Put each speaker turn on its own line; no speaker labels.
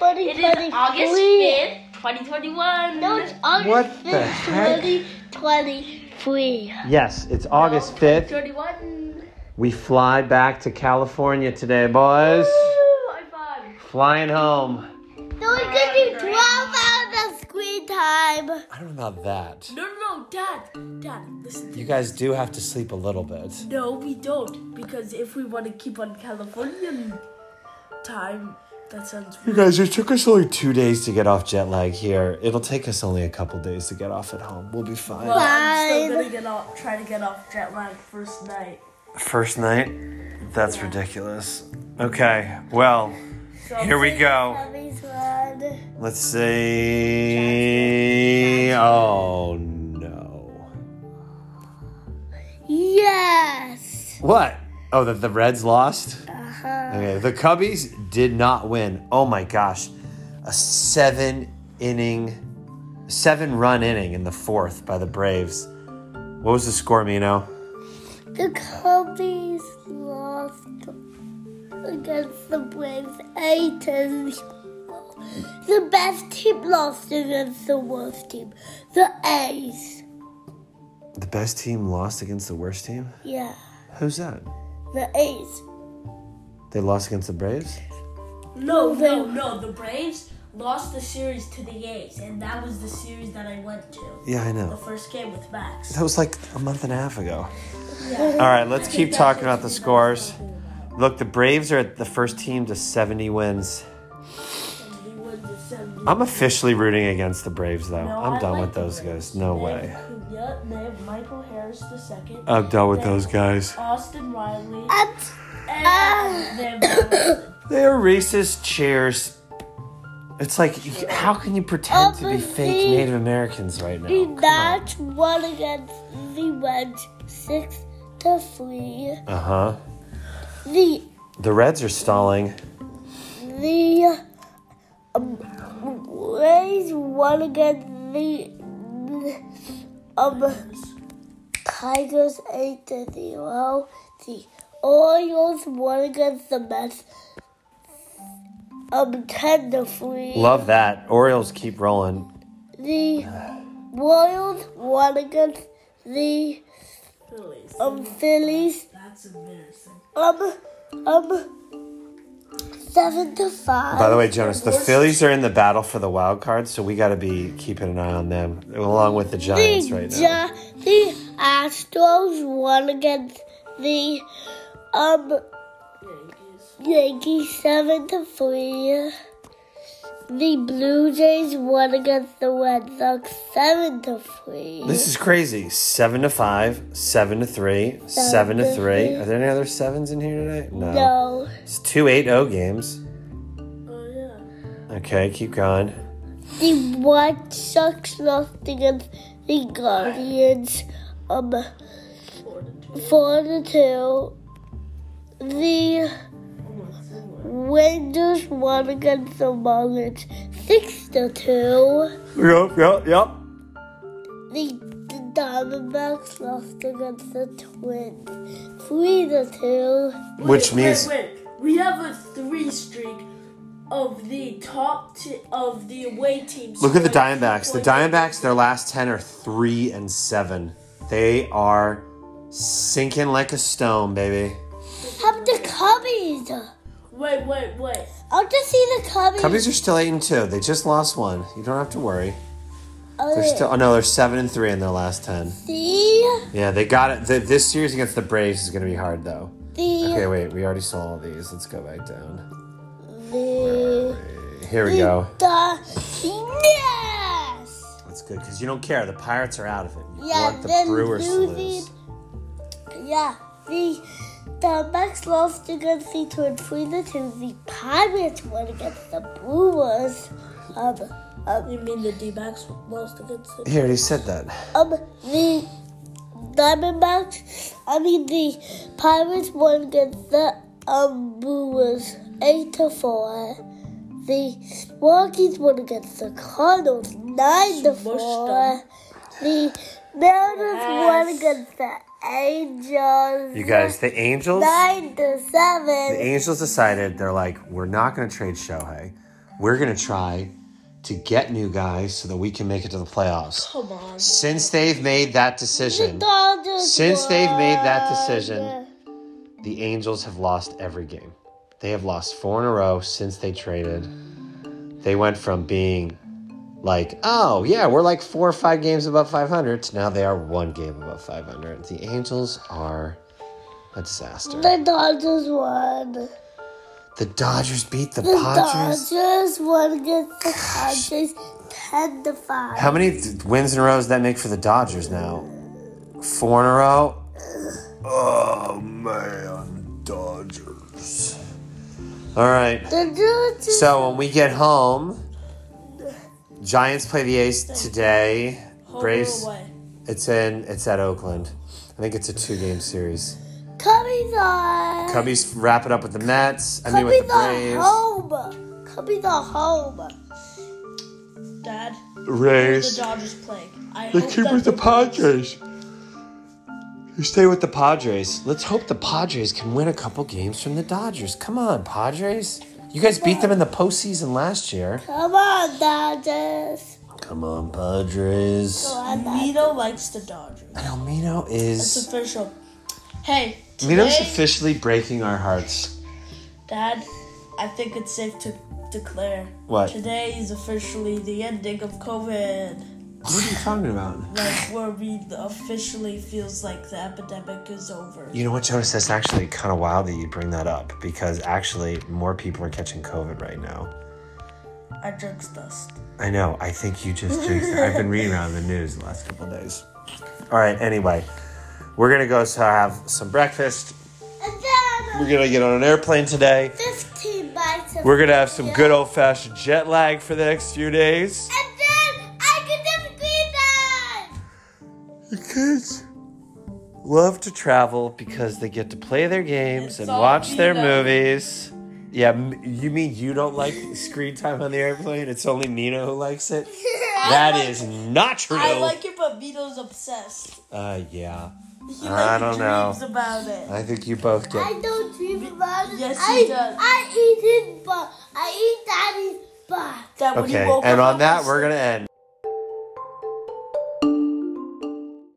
Buddy,
It is August 5th, 2021.
No, it's August
What the
5th,
heck?
2023.
Yes, it's August 5th.
31.
We fly back to California today, boys. Flying home.
So we could do 12 hours of screen time.
I don't know about that.
No, no, no, Dad. Dad, listen to
You guys do have to sleep a little bit.
No, we don't. Because if we want to keep on Californian time, that sounds
You guys, it took us only two days to get off jet lag here. It'll take us only a couple days to get off at home. We'll be fine.
Well, I'm
Fine.
still gonna get off, try to get off jet lag first night.
First night? That's ridiculous. Okay, well,
So
here we go.
Mommy's one.
Let's see. Oh no.
Yes.
What? Oh, that the Reds lost? Okay, the Cubbies did not win. Oh my gosh. A seven inning, seven run inning in the fourth by the Braves. What was the score, Mino?
The Cubbies lost against the Braves. Eight to zero. The best team lost against the worst team. The A's.
The best team lost against the worst team?
Yeah.
Who's that?
The A's.
They lost against the Braves?
No, no, no. The Braves lost the series to the A's, and that was the series that I went to.
Yeah, I
The
know.
first game with Max.
That was like a month and a half ago. All right, let's keep talking about the scores. Look, the Braves are the first team to 70 wins.
And we won the seven-
I'm officially rooting against the Braves, though.
No,
I'm
I
done
like
with
the
those
Braves.
guys. No
They have
way. Uh,
Cunha, they have Michael Harris the second.
I'm done with those guys.
Austin Riley.
And
And they have
They're racist cheers. It's like, you- how can you pretend to be fake
Obviously,
Native Americans right now?
the
Oh, Come on.
match won against the Reds six to three.
Uh huh.
The
The Reds are stalling.
the um, Rays won against the um Tigers eight to zero. The Orioles won against the Mets um ten to three.
Love that. Orioles keep rolling.
The Royals won against the
Phillies.
um Phillies
That's embarrassing.
um um seven to five.
By the way, Jonas, the Phillies are in the battle for the wild card, so we got to be keeping an eye on them, along with the Giants
the,
right now.
Ja- the Astros won against the um
Yankees.
Yankees seven to three. The Blue Jays won against the Red Sox seven to three.
This is crazy. Seven to five, seven to three, seven, to
to
three.
three.
Are there any other sevens in here today? No.
no.
It's two eight zero games.
Oh yeah.
Okay, keep going.
The White Sox lost against the Guardians, um,
Four to two.
four to two. The Rangers won against the Marlins, six to two.
Yep, yep, yep.
The, the Diamondbacks lost against the Twins, three to two.
Which
Wait,
means
wait, wait. we have a three streak of the top t- of the away teams.
look at the
scoring
Diamondbacks. The
2.8.
Diamondbacks, their last ten are three and seven. They are sinking like a stone, baby.
Have the Cubbies.
Wait, wait, wait.
I'll just see the Cubbies.
Cubbies are still eight and two. They just lost one. You don't have to worry.
Oh,
They're
yeah.
still oh no, they're seven and three in their last ten.
see
Yeah, they got it. Th this series against the Braves is gonna be hard though.
the
Okay, wait, we already saw all these. Let's go back down.
the.
Here we go.
The, yes.
That's good because you don't care. The Pirates are out of it. You
Yeah,
want the
then
Brewers to
losing-
lose.
Yeah, the the Bucks lost against the Twins three to two. The Pirates won against the Brewers. Um, um,
You mean the D-backs lost against the
He already said that.
um, the Diamondbacks. I mean the Pirates won against the um Brewers eight to four. The Rockies won against the Cardinals nine to
Smushed 'em.
four. The Mariners won
Yes.
against the Angels.
You guys, the Angels.
Nine to
The
seven.
Angels decided they're like, we're not going to trade Shohei. We're going to try to get new guys so that we can make it to the playoffs.
Come on.
Since they've made that decision,
Dodgers
Since they've made that
won.
decision, the Angels have lost every game. They have lost four in a row since they traded. They went from being like, oh, yeah, we're like four or five games above 500 to now they are one game above 500. The Angels are a disaster.
the Dodgers won.
The Dodgers beat the
The
Padres.
Dodgers won against the Padres ten to five.
How many th- wins in a row does that make for the Dodgers now? Four in a row? Oh, man, Dodgers. All right.
The Dodgers
So when we get home, Giants play the A's today.
Home
Braves.
or away?
It's in. It's at Oakland. I think it's a two-game series.
coming on.
Cubbies wrap it up with the Mets. I mean
coming
with the
on
Braves.
home. Coming on home.
Dad, the
Rays.
Dodgers play. I
They
hope
keep
that
with the
Braves-
Padres. You stay with the Padres. Let's hope the Padres can win a couple games from the Dodgers. Come on, Padres. You guys beat them in the postseason last year.
Come on, Dodgers.
Come on, Padres.
Vito likes the Dodgers.
Almino
It's
is.
official. Hey,
Almino's
today-
officially breaking our hearts.
Dad, I think it's safe to declare.
What?
Today is officially the ending of COVID.
What are you talking about?
Like, where we officially feels like the epidemic is over.
You know what, Jonas? That's actually kind of wild that you bring that up because actually more people are catching COVID right now.
I jinxed us.
I know. I think you just jinxed it. I've been reading around the news the last couple of days. All right. Anyway, we're gonna go so have some breakfast.
And then
We're gonna get on an airplane today.
15 bites of
We're gonna have some good old fashioned jet lag for the next few days.
And then I can never be that.
The kids love to travel because they get to play their games and
It's all
watch their
me, though.
movies. Yeah, m- you mean you don't like screen time on the airplane? It's only Nina who likes it? That is not true.
I like it, but Vito's obsessed.
uh, yeah.
He
I
like,
don't know.
dreams about it.
I think you both
I
get.
don't dream about it.
Yes,
I,
he does.
I eat his butt. I eat daddy's butt.
That when he
Okay,
woke
and
up
on that,
was-
we're going to end.